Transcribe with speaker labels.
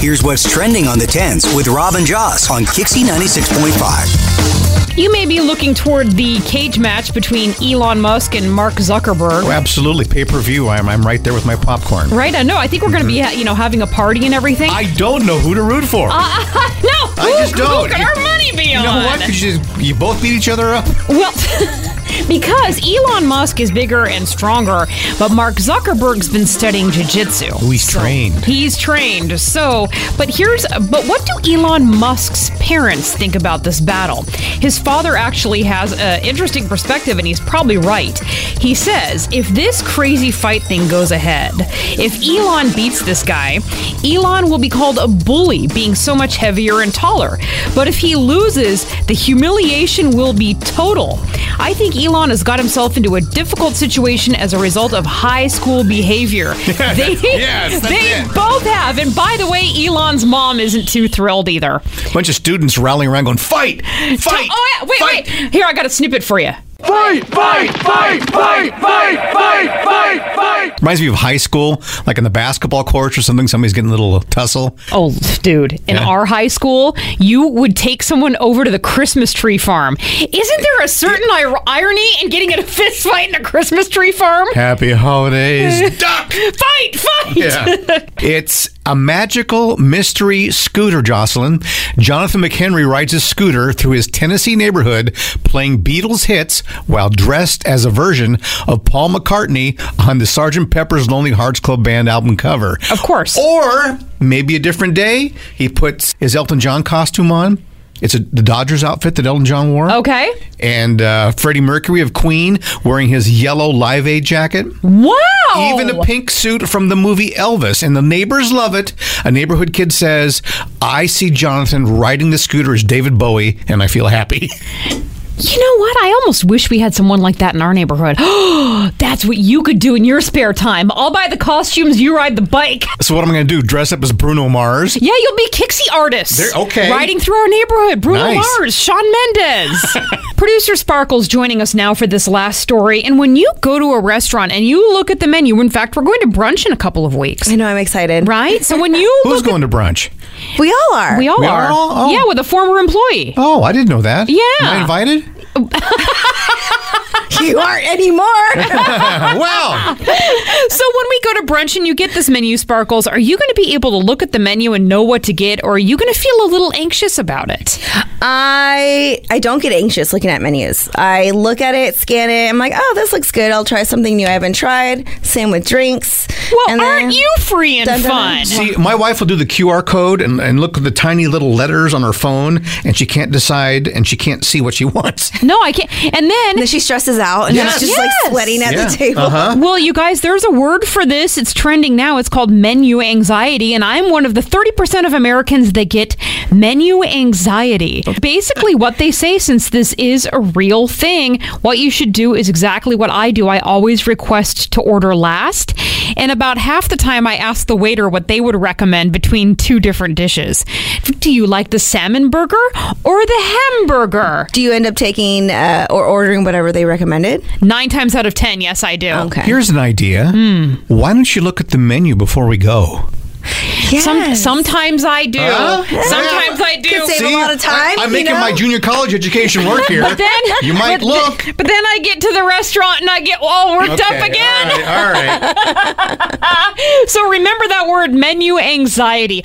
Speaker 1: Here's what's trending on the 10s with Robin Joss on Kixie 96.5.
Speaker 2: You may be looking toward the cage match between Elon Musk and Mark Zuckerberg.
Speaker 3: Oh, absolutely. Pay per view. I'm, I'm right there with my popcorn.
Speaker 2: Right? I know. I think we're going to be, ha- you know, having a party and everything.
Speaker 3: I don't know who to root for.
Speaker 2: no,
Speaker 3: I
Speaker 2: who,
Speaker 3: just
Speaker 2: Uh, Who
Speaker 3: don't.
Speaker 2: could
Speaker 3: You-
Speaker 2: our money be
Speaker 3: you
Speaker 2: on?
Speaker 3: know what? You, just, you both beat each other up.
Speaker 2: Well, because Elon Musk is bigger and stronger, but Mark Zuckerberg's been studying jiu-jitsu.
Speaker 3: he's trained.
Speaker 2: He's trained. So, but here's but what do Elon Musk's parents think about this battle? His father actually has an interesting perspective and he's probably right. He says, if this crazy fight thing goes ahead, if Elon beats this guy, Elon will be called a bully being so much heavier and taller. But if he loses, the humiliation will be total. I think Elon has got himself into a difficult situation as a result of high school behavior. they
Speaker 3: Yes, that's
Speaker 2: they
Speaker 3: it.
Speaker 2: both have. And by the way, Elon's mom isn't too thrilled either.
Speaker 3: bunch of students rallying around going, fight! Fight!
Speaker 2: Oh, yeah, wait,
Speaker 3: fight!
Speaker 2: wait. Here, I got a snippet for you.
Speaker 4: Fight! Fight! Fight! Fight! Fight! Fight! Fight! Fight!
Speaker 3: Reminds me of high school, like in the basketball courts or something, somebody's getting a little tussle.
Speaker 2: Oh, dude, in
Speaker 3: Yeah.
Speaker 2: our high school, you would take someone over to the Christmas tree farm. Isn't there a certain ir- irony in getting in a fist fight in a Christmas tree farm?
Speaker 3: Happy holidays. Duck!
Speaker 2: Fight, fight!
Speaker 3: Yeah. it's a magical mystery scooter, Jocelyn. Jonathan McHenry rides his scooter through his Tennessee neighborhood playing Beatles hits while dressed as a version of Paul McCartney on the Sgt. Pepper's Lonely Hearts Club Band album cover.
Speaker 2: Of course.
Speaker 3: Or maybe a different day, he puts his Elton John costume on. It's a, the Dodgers outfit that Elton John wore.
Speaker 2: Okay.
Speaker 3: And uh, Freddie Mercury of Queen wearing his yellow Live Aid jacket.
Speaker 2: Wow.
Speaker 3: Even a pink suit from the movie Elvis, and the neighbors love it. A neighborhood kid says, I see Jonathan riding the scooter as David Bowie, and I feel happy.
Speaker 2: You know what? I almost wish we had someone like that in our neighborhood. That's what you could do in your spare time. I'll buy the costumes, you ride the bike.
Speaker 3: so, what am I going to do? Dress up as Bruno Mars?
Speaker 2: Yeah, you'll be Kixie artists.
Speaker 3: There- okay.
Speaker 2: Riding through our neighborhood. Bruno
Speaker 3: Nice.
Speaker 2: Mars, Sean Mendez. Producer Sparkle's joining us now for this last story. And when you go to a restaurant and you look at the menu, in fact, we're going to brunch in a couple of weeks.
Speaker 5: I know I'm excited.
Speaker 2: Right? So when you
Speaker 3: Who's
Speaker 2: look
Speaker 3: going to brunch?
Speaker 5: We all are.
Speaker 2: we all
Speaker 3: We
Speaker 2: are.
Speaker 3: are all- oh.
Speaker 2: Yeah, with a former employee.
Speaker 3: Oh, I didn't know that.
Speaker 2: Yeah.
Speaker 3: Am I invited?
Speaker 5: you aren't anymore.
Speaker 3: wow.
Speaker 2: So when we go to brunch and you get this menu, Sparkles, are you going to be able to look at the menu and know what to get, or are you going to feel a little anxious about it?
Speaker 5: I I don't get anxious looking at menus. I look at it, scan it. I'm like, oh, this looks good. I'll try something new I haven't tried. Same with drinks.
Speaker 2: Well,
Speaker 5: And then-
Speaker 2: aren't you free and
Speaker 5: Dun, dun,
Speaker 2: fun?
Speaker 5: dun.
Speaker 3: See, my wife will do the QR code and, and look at the tiny little letters on her phone, and she can't decide and she can't see what she wants.
Speaker 2: No, I can't. And then
Speaker 5: And then she stresses out, and
Speaker 3: Yes.
Speaker 5: I'm just
Speaker 2: Yes.
Speaker 5: like sweating at
Speaker 3: Yeah.
Speaker 5: the table.
Speaker 2: Well, you guys, there's a word for this. It's trending now. It's called menu anxiety. And I'm one of the 30% of Americans that get menu anxiety. Basically, what they say, since this is a real thing, what you should do is exactly what I do. I always request to order last. And about half the time, I ask the waiter what they would recommend between two different dishes. Do you like the salmon burger or the hamburger?
Speaker 5: Do you end up taking uh, or ordering whatever they recommended?
Speaker 2: Nine times out of 10,
Speaker 6: Oh,
Speaker 2: yes, I do.
Speaker 5: Okay.
Speaker 3: Hmm. Here's an idea. Why don't you look at the menu before we go?
Speaker 2: Some,
Speaker 5: Yes.
Speaker 2: sometimes I do.
Speaker 3: Huh?
Speaker 2: Sometimes I do.
Speaker 5: Could save a lot of time,
Speaker 3: I, am
Speaker 5: you
Speaker 3: making
Speaker 5: know?
Speaker 3: my junior college education work here.
Speaker 2: But then
Speaker 3: you might
Speaker 2: but
Speaker 3: look.
Speaker 2: th- but then I get to the restaurant and I get all worked
Speaker 3: Okay,
Speaker 2: up again.
Speaker 3: All right. All right.
Speaker 2: So remember that word menu anxiety.